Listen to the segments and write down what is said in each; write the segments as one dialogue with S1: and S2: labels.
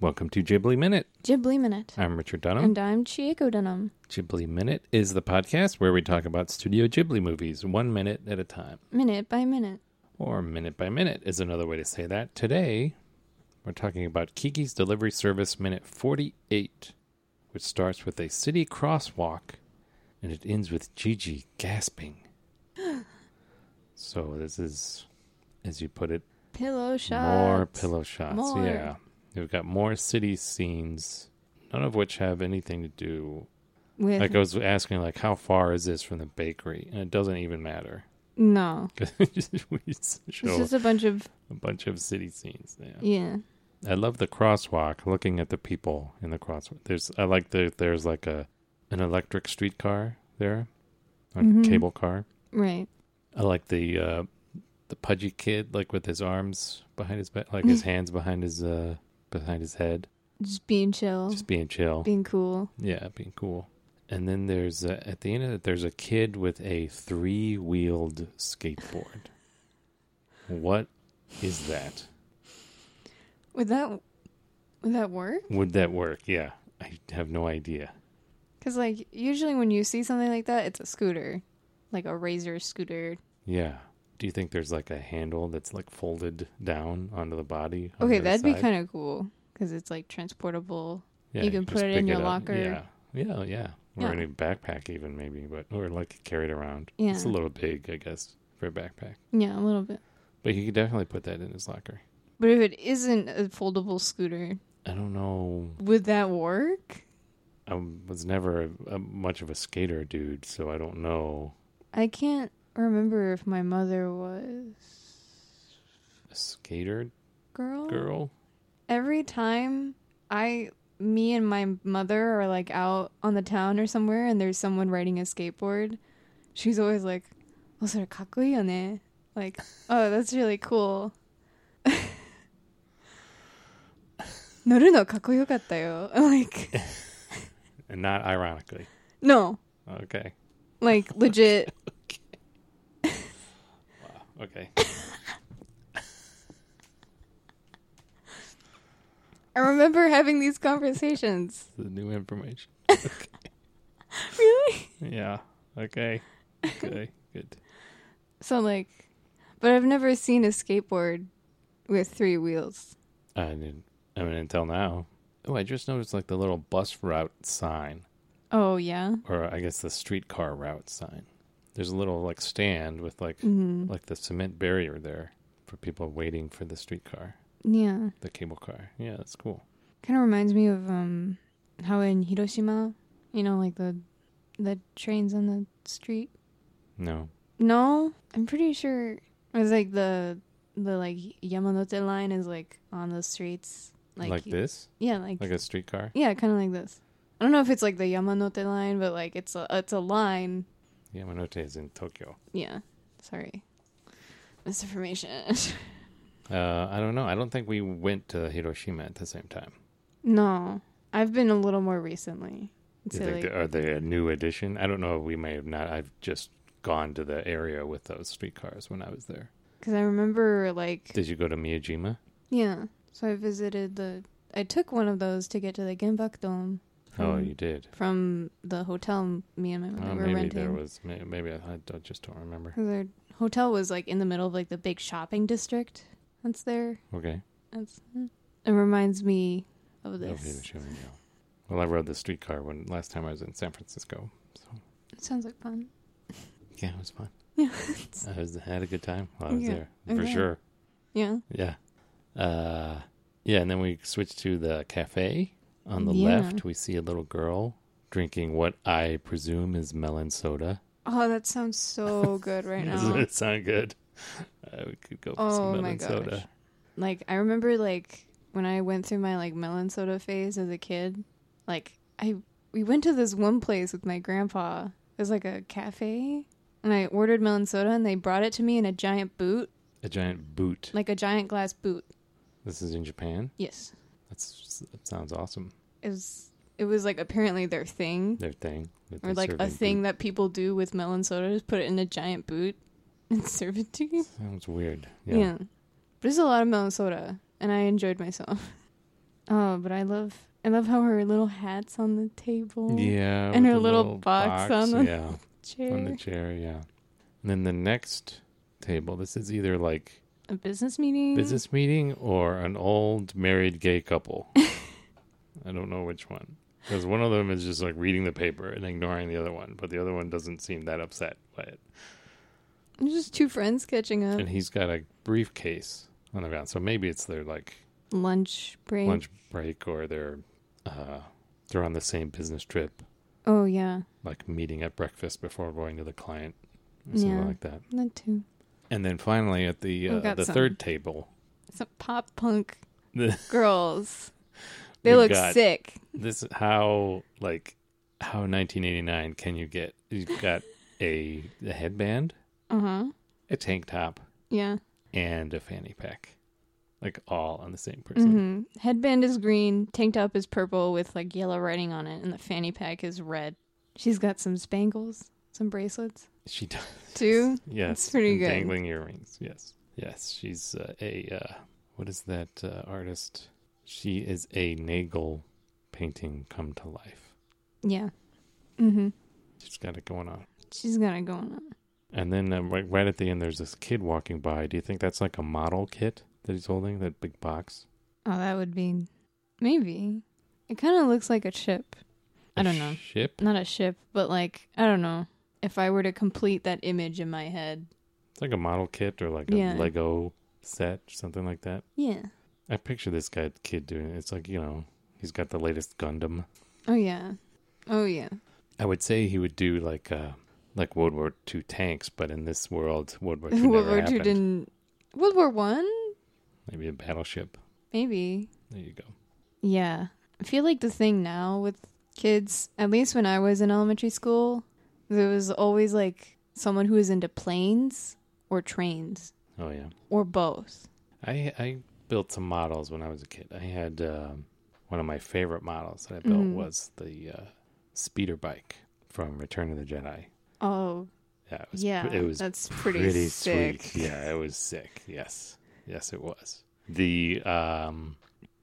S1: Welcome to Ghibli Minute.
S2: Ghibli Minute.
S1: I'm Richard Dunham.
S2: And I'm Chieko Dunham.
S1: Ghibli Minute is the podcast where we talk about Studio Ghibli movies one minute at a time,
S2: Minute by minute.
S1: or minute by minute is another way to say that. Today, we're talking about Kiki's Delivery Service Minute 48, which starts with a city crosswalk and it ends with Gigi gasping. so, this is, as you put it,
S2: Pillow shots.
S1: More pillow shots.
S2: More.
S1: Yeah. We've got more city scenes, none of which have anything to do.
S2: With
S1: Like I was asking, like, how far is this from the bakery? And it doesn't even matter.
S2: no.
S1: 'Cause we just
S2: It's
S1: show
S2: just a bunch of
S1: a bunch of city scenes. Yeah.
S2: yeah.
S1: I love the crosswalk, looking at the people in the crosswalk. There's, I like the, there's like a, an electric streetcar there, a
S2: Mhm.
S1: cable car.
S2: Right.
S1: I like the, uh, the pudgy kid, like with his arms behind his back, like his hands behind his, uh, behind his head.
S2: Just being chill.
S1: just being chill.
S2: being cool.
S1: yeah, being cool. And then there's a, at the end of it, there's a kid with a three-wheeled skateboard. what is that?
S2: Would that would that work?
S1: Would that work? Yeah, I have no idea.
S2: Because like usually when you see something like that, it's a scooter, like a razor scooter.
S1: Yeah. Do you think there's like a handle that's like folded down onto the body? on
S2: Okay,
S1: the
S2: that'd be
S1: side?
S2: kind of cool because it's like transportable.
S1: Yeah,
S2: you can put
S1: just
S2: it in
S1: pick
S2: your
S1: up.
S2: locker.
S1: Yeah, yeah, yeah. Or
S2: Yeah.
S1: in a backpack even maybe, but or like carried around. it's a
S2: Yeah.
S1: little big, I guess, for a backpack.
S2: Yeah, a little bit.
S1: But he could definitely put that in his locker.
S2: But if it isn't a foldable scooter,
S1: I don't know
S2: would that work?
S1: I was never a, a much of a skater dude, so I don't know
S2: I can't remember if my mother was
S1: a skater
S2: girl.
S1: girl.
S2: Every time I me and my mother are like out on the town or somewhere and there's someone riding a skateboard, she's always like, "Oh, so kakuyone." Like, "Oh, that's really cool." "Noru no kakuyokattayo." Like,
S1: And not ironically.
S2: no.
S1: Okay.
S2: Like legit.
S1: Okay.
S2: I remember having these conversations.
S1: the new information.
S2: Really?
S1: Yeah. Okay. Okay. Good.
S2: So like, but I've never seen a skateboard with three wheels.
S1: I didn't, I mean, until now. Oh, I just noticed like the little bus route sign,
S2: Oh yeah.
S1: or I guess the streetcar route sign. There's a little like stand with like
S2: Mm-hmm.
S1: like the cement barrier there for people waiting for the streetcar,
S2: Yeah.
S1: the cable car. Yeah, that's cool.
S2: Kind of reminds me of um how in Hiroshima, you know, like the the trains on the street.
S1: No.
S2: No, I'm pretty sure it was like the the like Yamanote line is like on the streets. Like,
S1: like this?
S2: Yeah, like,
S1: Like a streetcar?
S2: yeah, kind of like this. I don't know if it's like the Yamanote line, but like it's a it's a line
S1: Yamanote is in Tokyo.
S2: Yeah. Sorry. Misinformation.
S1: Uh, I don't know. I don't think we went to Hiroshima at the same time.
S2: no. I've been a little more recently. I'd
S1: Do you
S2: say,
S1: think uh,
S2: like,
S1: they- are they a new addition? I don't know. We may have not. I've just gone to the area with those streetcars when I was there.
S2: Cause I remember like
S1: Did you go to Miyajima?
S2: Yeah. So I visited the I took one of those to get to the Genbak Dome.
S1: Oh,
S2: from-
S1: you did.
S2: from the hotel me and my mother
S1: Oh,
S2: were
S1: maybe there
S2: renting.
S1: was. may- Maybe I, I don't- just don't remember.
S2: 'Cause our hotel was like in the middle of like the big shopping district. That's there.
S1: Okay.
S2: That's it reminds me of
S1: No
S2: this.
S1: Hiroshima. no. Well, I rode the streetcar when last time I was in San Francisco.
S2: It sounds like fun.
S1: Yeah, it was fun.
S2: Yeah.
S1: I was, had a good time while I was
S2: Yeah.
S1: there for
S2: Okay.
S1: sure.
S2: yeah.
S1: Yeah. Uh, yeah, and then we switch to the cafe. On the
S2: Yeah.
S1: left, we see a little girl drinking what I presume is melon soda.
S2: Oh, that sounds so good right now.
S1: Doesn't it sound good? I could go for some
S2: Oh
S1: melon
S2: my gosh.
S1: soda.
S2: Like I remember like when I went through my like melon soda phase as a kid, like I we went to this one place with my grandpa. It was like a cafe and I ordered melon soda and they brought it to me in a giant boot,
S1: A giant boot.
S2: like a giant glass boot.
S1: This is in Japan.
S2: Yes.
S1: That's that sounds awesome.
S2: It was it was like apparently their thing
S1: Their thing. that
S2: or
S1: they
S2: like
S1: serve
S2: a
S1: in
S2: thing that people do with melon soda is put it in a giant boot and serve it to you.
S1: boot. Sounds weird.
S2: Yeah. But there's a lot of melon soda and I enjoyed myself. Oh, but I love I love how her little hat's on the table.
S1: Yeah.
S2: And
S1: with
S2: her
S1: the
S2: little box on the
S1: yeah,
S2: Chair.
S1: on the chair, yeah. And then the next table, this is either like
S2: a business meeting.
S1: business meeting or an old married gay couple. I don't know which one. Because one of them is just like reading the paper and ignoring the other one, but the other one doesn't seem that upset by it.
S2: It's just two friends catching up.
S1: And he's got a briefcase on the ground. So maybe it's their like
S2: Lunch break.
S1: lunch break or they're uh they're on the same business trip,
S2: Oh yeah,
S1: like meeting at breakfast before going to the client or something
S2: Yeah.
S1: like that.
S2: that too.
S1: And then finally at the
S2: We've
S1: uh,
S2: got
S1: the
S2: some.
S1: third table,
S2: Some pop punk
S1: the,
S2: girls. They
S1: We've
S2: look
S1: got-
S2: sick.
S1: this is how like how 1989 can you get? You've got a, a headband,
S2: Uh huh.
S1: a tank top,
S2: Yeah.
S1: and a fanny pack, like all on the same person.
S2: hmm Headband is green. Tank top is purple with like yellow writing on it, and the fanny pack is red. She's got some spangles, some bracelets
S1: She does.
S2: too.
S1: Yes,
S2: That's pretty
S1: and
S2: good.
S1: Dangling earrings. Yes, yes. She's uh, a uh, what is that uh, artist? She is a Nagel painting come to life.
S2: Yeah. Mm-hmm.
S1: She's got it going on.
S2: She's got it going on.
S1: And then um, right, right at the end, there's this kid walking by. Do you think that's like a model kit that he's holding? That big box.
S2: Oh, that would be maybe. It kind of looks like a ship. I
S1: I
S2: don't know.
S1: Ship.
S2: Not a ship, but like I don't know. If I were to complete that image in my head,
S1: It's like a model kit or like a
S2: Yeah.
S1: Lego set, something like that.
S2: yeah.
S1: I picture this guy kid doing it. It's like you know, he's got the latest Gundam.
S2: Oh yeah. Oh yeah.
S1: I would say he would do like uh like World War II tanks, but in this world, World War II
S2: World
S1: never
S2: War
S1: happened.
S2: Two didn't. World War One,
S1: Maybe a battleship.
S2: maybe.
S1: There you go.
S2: Yeah. I feel like the thing now with kids, at least when I was in elementary school, there was always like someone who was into planes or trains
S1: Oh yeah,
S2: or both.
S1: I I built some models when I was a kid. I had um, one of my favorite models that I built
S2: Mhm.
S1: was the uh, speeder bike from Return of the Jedi.
S2: Oh,
S1: Yeah, it was,
S2: yeah.
S1: it was
S2: that's pretty, sick.
S1: sweet. Yeah, it was sick. Yes, yes, it was. The um,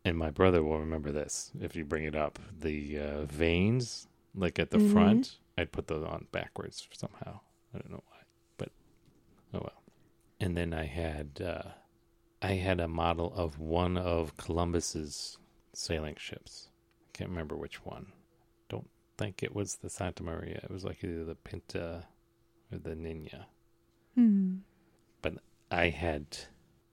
S1: and my brother will remember this if you bring it up. The uh, veins, like at the
S2: Mhm.
S1: front, I'd put those on backwards somehow. I don't know why, but oh well. And then I had uh, I had a model of one of Columbus's sailing ships. I can't remember which one. Don't think it was the Santa Maria. It was like either the Pinta or the Nina.
S2: Hmm.
S1: I had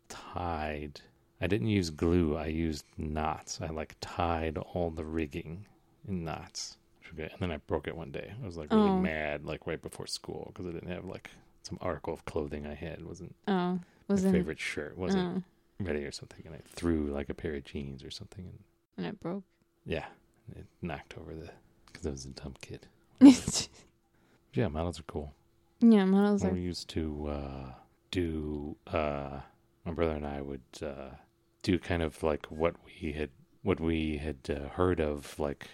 S1: tied. I didn't use glue. I used knots. I like tied all the rigging in knots. And then I broke it one day. I was like really
S2: Oh.
S1: mad, like right before school, because I didn't have like some article of clothing I had. It wasn't
S2: Oh,
S1: my
S2: wasn't
S1: favorite shirt. Wasn't
S2: oh,
S1: ready or something. And I threw like a pair of jeans or something. And
S2: and it broke.
S1: yeah, it knocked over the, because I was a dumb kid.
S2: yeah,
S1: yeah, models are cool.
S2: models
S1: When
S2: are.
S1: we used to uh, do, uh, my brother and I would uh, do kind of like what we had what we had uh, heard of, like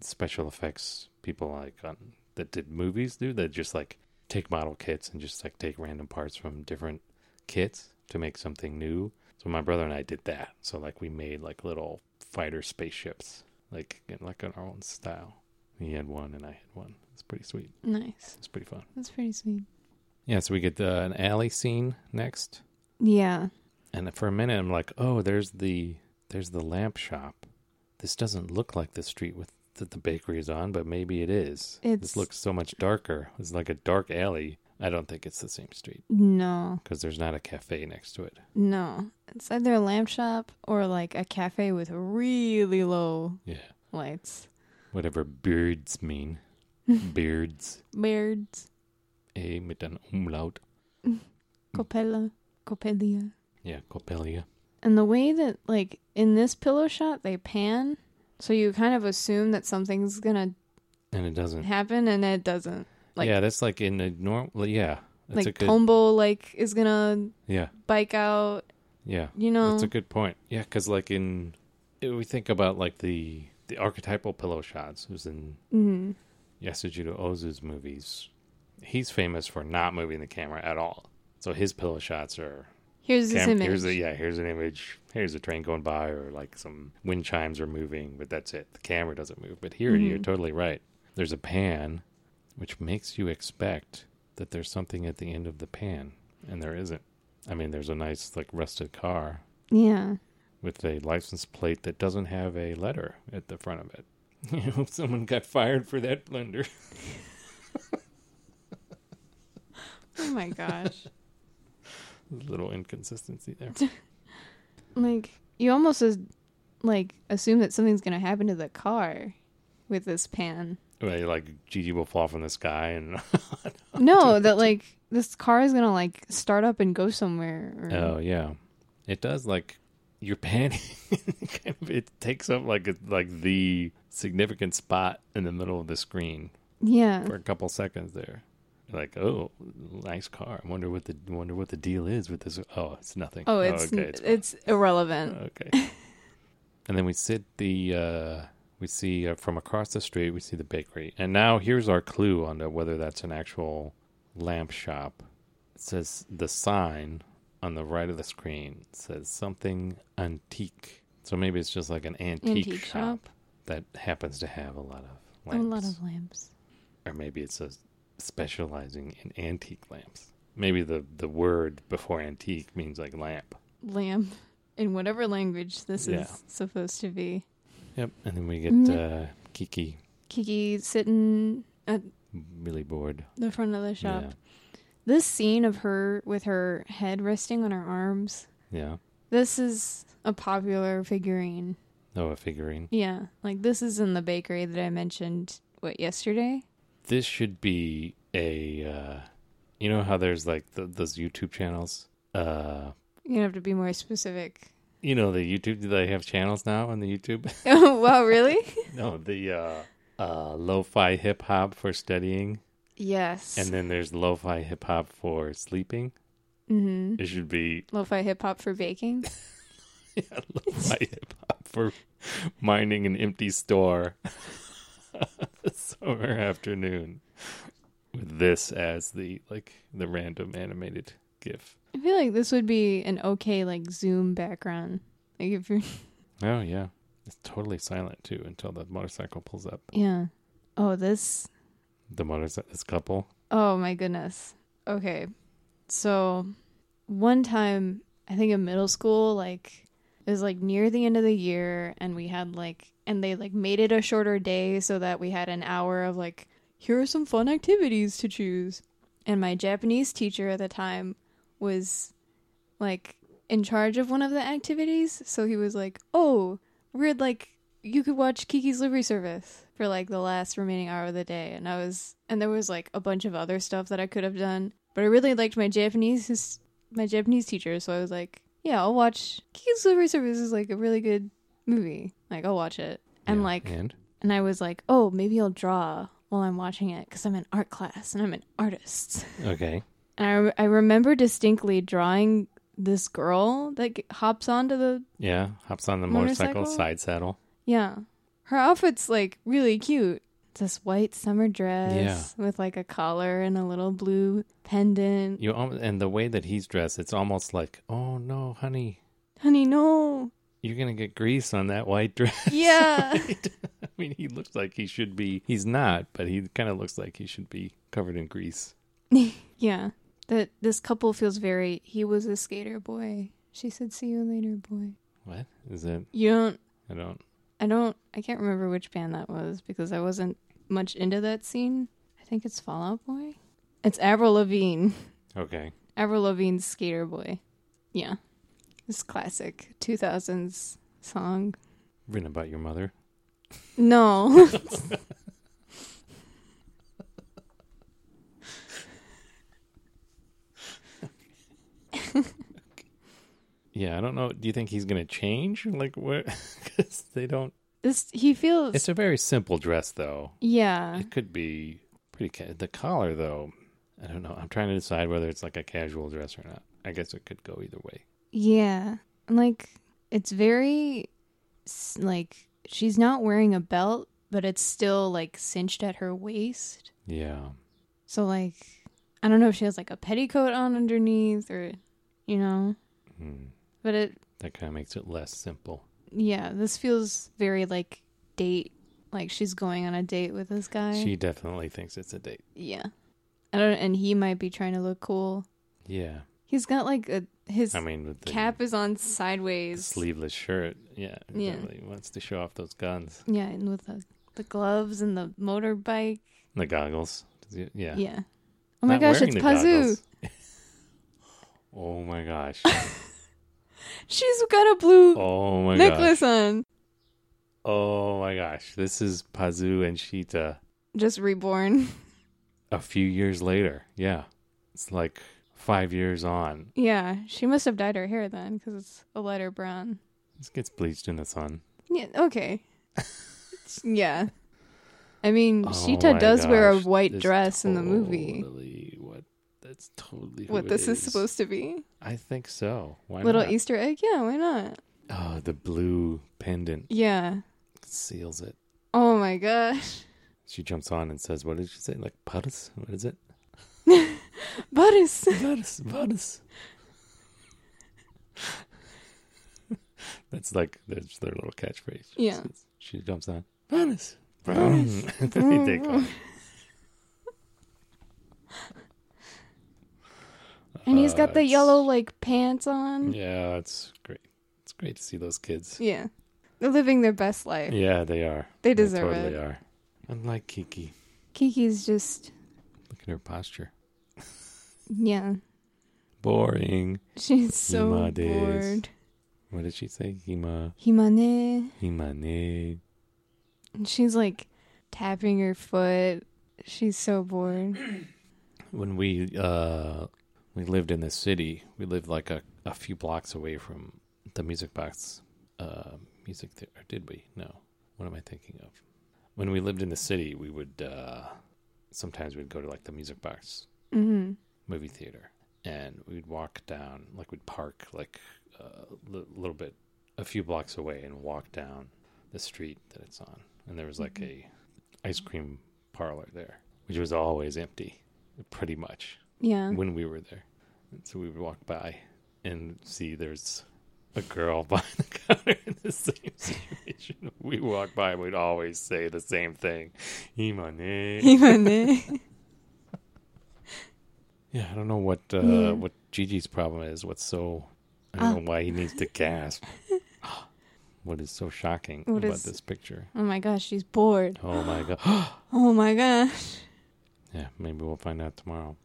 S1: special effects people like on that did movies do that just like take model kits and just like take random parts from different kits to make something new. So my brother and I did that. So like we made like little fighter spaceships, like in, like in our own style. He had one and I had one. It's pretty sweet.
S2: Nice.
S1: It's pretty fun.
S2: That's pretty sweet.
S1: Yeah, so we get uh, an alley scene next,
S2: Yeah.
S1: and for a minute I'm like, "Oh, there's the there's the lamp shop. This doesn't look like the street with that the bakery is on, but maybe it is.
S2: It's-
S1: this looks so much darker. It's like a dark alley. I don't think it's the same street
S2: No,
S1: because there's not a cafe next to it.
S2: no. It's either a lamp shop or like a cafe with really low
S1: Yeah,
S2: lights.
S1: whatever beards mean, beards
S2: Beards.
S1: a mit an Eh, umlaut. Hmm.
S2: Copella, Copelia.
S1: Yeah, Coppelia.
S2: And the way that, like, in this pillow shot, they pan, so you kind of assume that something's gonna
S1: and it doesn't.
S2: happen, and it doesn't. Like-
S1: yeah, that's like in a normal. Yeah, that's a
S2: like,
S1: good.
S2: Tombo, like, is gonna
S1: yeah,
S2: bike out,
S1: yeah.
S2: you know?
S1: That's a good point. Yeah, because like in we think about like the the archetypal pillow shots who's in
S2: Mhm.
S1: Yasujiro Ozu's movies. He's famous for not moving the camera at all, so his pillow shots are
S2: Here's this
S1: Cam-
S2: image.
S1: Here's a, yeah, here's an image. Here's a train going by, or like some wind chimes are moving, but that's it. The camera doesn't move. But here you're
S2: Mhm.
S1: totally right. There's a pan, which makes you expect that there's something at the end of the pan, and there isn't. I mean, there's a nice like rusted car
S2: yeah.
S1: with a license plate that doesn't have a letter at the front of it. You know, someone got fired for that blunder.
S2: Oh my gosh.
S1: Little inconsistency there.
S2: like you almost as, like assume that something's gonna happen to the car with this pan.
S1: Right, like Gigi will fall from the sky and
S2: No, that like this car is gonna like start up and go somewhere. Or,
S1: Oh yeah, it does. Like your pan, kind of- it takes up like a, like the significant spot in the middle of the screen
S2: yeah.
S1: for a couple seconds there. You're like, oh, nice car. I wonder what the wonder what the deal is with this. Oh, it's nothing.
S2: Oh, it's
S1: okay,
S2: it's,
S1: fine.
S2: irrelevant.
S1: okay. and then we sit the uh, we see uh, from across the street we see the bakery, and now here's our clue on to whether that's an actual lamp shop. It says the sign on the right of the screen says something antique, so maybe it's just like an antique,
S2: Antique
S1: shop,
S2: shop.
S1: that happens to have a lot of
S2: A
S1: Uh, lamps,
S2: lot of lamps.
S1: or maybe it's a specializing in antique lamps. Maybe the the word before antique means like lamp.
S2: Lamp. In whatever language this
S1: Yeah.
S2: is supposed to be.
S1: Yep, and then we get
S2: Mm.
S1: uh, Kiki
S2: Kiki sitting at
S1: really bored.
S2: the front of the shop. This scene of her with her head resting on her arms.
S1: Yeah.
S2: This is a popular figurine.
S1: yeah. Oh, a figurine.
S2: Yeah. Like this is in the bakery that I mentioned what yesterday?
S1: This should be a. Uh, you know how there's like th those YouTube channels. Uh,
S2: You're gonna have to be more specific.
S1: you know the YouTube. Do they have channels now on the YouTube?
S2: oh wow, really?
S1: no, the uh, uh, lo-fi hip hop for studying,
S2: Yes.
S1: and then there's lo-fi hip hop for sleeping.
S2: mm-hmm.
S1: It should be
S2: Lo-fi hip hop for baking.
S1: yeah, lo-fi hip hop for mining an empty store. Summer afternoon, with this as the like the random animated gif.
S2: I feel like this would be an okay like Zoom background. Like if you're
S1: Oh yeah, it's totally silent too until the motorcycle pulls up.
S2: yeah. Oh, this.
S1: The motorcycle, this couple.
S2: Oh my goodness. Okay. So one time, I think in middle school, like it was like near the end of the year, and we had like, and they like made it a shorter day so that we had an hour of like, here are some fun activities to choose. And my Japanese teacher at the time was like in charge of one of the activities. So he was like, oh, we're like, you could watch Kiki's Livery Service for like the last remaining hour of the day. And I was, and there was like a bunch of other stuff that I could have done. But I really liked my Japanese, my Japanese teacher. So I was like, yeah, I'll watch Kiki's Livery Service is like a really good movie. Like, I'll watch it. And
S1: Yeah,
S2: like,
S1: and
S2: and I was like, oh, maybe I'll draw while I'm watching it because I'm in art class and I'm an artist.
S1: okay,
S2: And I, re- I remember distinctly drawing this girl that g- hops onto the.
S1: yeah, hops on the motorcycle,
S2: Motorcycle?
S1: side saddle.
S2: Yeah. Her outfit's like really cute. It's This white summer dress with like a collar and a little blue pendant.
S1: You almost, and the way that he's dressed, it's almost like, oh no, honey,
S2: Honey, no.
S1: you're gonna get grease on that white dress.
S2: Yeah.
S1: I mean, he looks like he should be. He's not, but he kind of looks like he should be covered in grease.
S2: yeah. That this couple feels very. He was a skater boy. She said, "See you later, boy."
S1: What is it?
S2: You don't
S1: I don't.
S2: I don't I can't remember which band that was because I wasn't much into that scene. I think it's Fallout Boy. It's Avril Lavigne.
S1: Okay,
S2: Avril Lavigne's Skater Boy. Yeah. It's classic 2000s song.
S1: written about your mother.
S2: No.
S1: Yeah, I don't know. Do you think he's gonna change? Like what? Because they don't.
S2: this he feels
S1: It's a very simple dress, though.
S2: Yeah.
S1: It could be pretty. Ca- the collar, though, I don't know. I'm trying to decide whether it's like a casual dress or not. I guess it could go either way.
S2: Yeah. And like it's very s- like she's not wearing a belt, but it's still like cinched at her waist.
S1: Yeah,
S2: So like I don't know if she has like a petticoat on underneath or you know.
S1: Mm,
S2: But it,
S1: that kind of makes it less simple.
S2: yeah, this feels very like date. Like she's going on a date with this guy.
S1: She definitely thinks it's a date.
S2: yeah. I don't, and he might be trying to look cool.
S1: Yeah.
S2: He's got like a his
S1: I mean, with the
S2: cap is on
S1: the
S2: sideways.
S1: sleeveless shirt. Yeah.
S2: Yeah.
S1: Really wants to show off those guns.
S2: Yeah, and with the, the gloves and the motorbike.
S1: The goggles. Does he- Yeah.
S2: Yeah. Oh my
S1: Not
S2: gosh,
S1: wearing
S2: it's
S1: the
S2: Pazu.
S1: goggles. oh my gosh.
S2: She's got a blue
S1: Oh my
S2: necklace
S1: gosh.
S2: on.
S1: Oh my gosh. This is Pazu and Sheeta
S2: Just reborn.
S1: a few years later. Yeah. It's like five years on.
S2: yeah, she must have dyed her hair then because it's a lighter brown.
S1: This gets bleached in the sun.
S2: Yeah, okay. It's- yeah. I mean,
S1: Oh
S2: Sheeta
S1: my
S2: does wear a
S1: gosh,
S2: white
S1: that's
S2: dress in the movie.
S1: Totally what that's totally who
S2: What
S1: it
S2: this is
S1: is.
S2: supposed to be.
S1: I think so. Why
S2: Little e
S1: not?
S2: Easter egg? Yeah, why not?
S1: Oh, the blue pendant
S2: Yeah.
S1: seals it.
S2: Oh my gosh.
S1: She jumps on and says, "What did she say? Like Paris? What is it?
S2: But it's
S1: Paris, Paris." that's like that's their little catchphrase.
S2: Yeah.
S1: She jumps on. Paris, Paris. they take off.
S2: And he's
S1: Uh,
S2: got the
S1: it's-
S2: yellow like pants on.
S1: Yeah, it's great. It's great to see those kids.
S2: Yeah. They're living their best life.
S1: Yeah, they are.
S2: They deserve
S1: totally
S2: it.
S1: are. Unlike Kiki.
S2: Kiki's just
S1: Look at her posture.
S2: yeah.
S1: Boring.
S2: She's so
S1: Himades.
S2: bored.
S1: What did she say? Hima
S2: Himane.
S1: Himane.
S2: And she's like tapping her foot. She's so bored.
S1: When we uh we lived in this city, we lived like a, a few blocks away from the music box uh music th- or did we? No. What am I thinking of? When we lived in the city, we would uh sometimes we'd go to like the music box
S2: hmm
S1: movie theater and we'd walk down like we'd park like a li- little bit a few blocks away and walk down the street that it's on and there was like a ice cream parlor there which was always empty pretty much
S2: Yeah.
S1: when we were there and so we would walk by and see there's a girl behind the counter in the same situation we walk by and we'd always say the same thing Imane.
S2: Himane.
S1: Yeah, I don't know what uh,
S2: Yeah.
S1: what Gigi's problem is. What's so I don't
S2: Ah.
S1: know why he needs to gasp. what is so shocking
S2: What
S1: about
S2: is-
S1: this picture?
S2: oh my gosh, she's bored.
S1: Oh my god!
S2: Oh my gosh.
S1: yeah, maybe we'll find out tomorrow.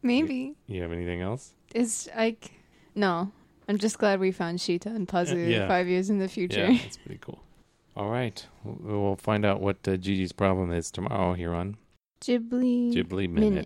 S2: Maybe.
S1: You have anything else?
S2: It's like no. I'm just glad we found Sheeta and Pazu
S1: Yeah.
S2: five years in the future.
S1: Yeah, that's pretty cool. All right, we'll, we'll find out what uh, Gigi's problem is tomorrow here on
S2: Ghibli
S1: Ghibli Minute.
S2: minute.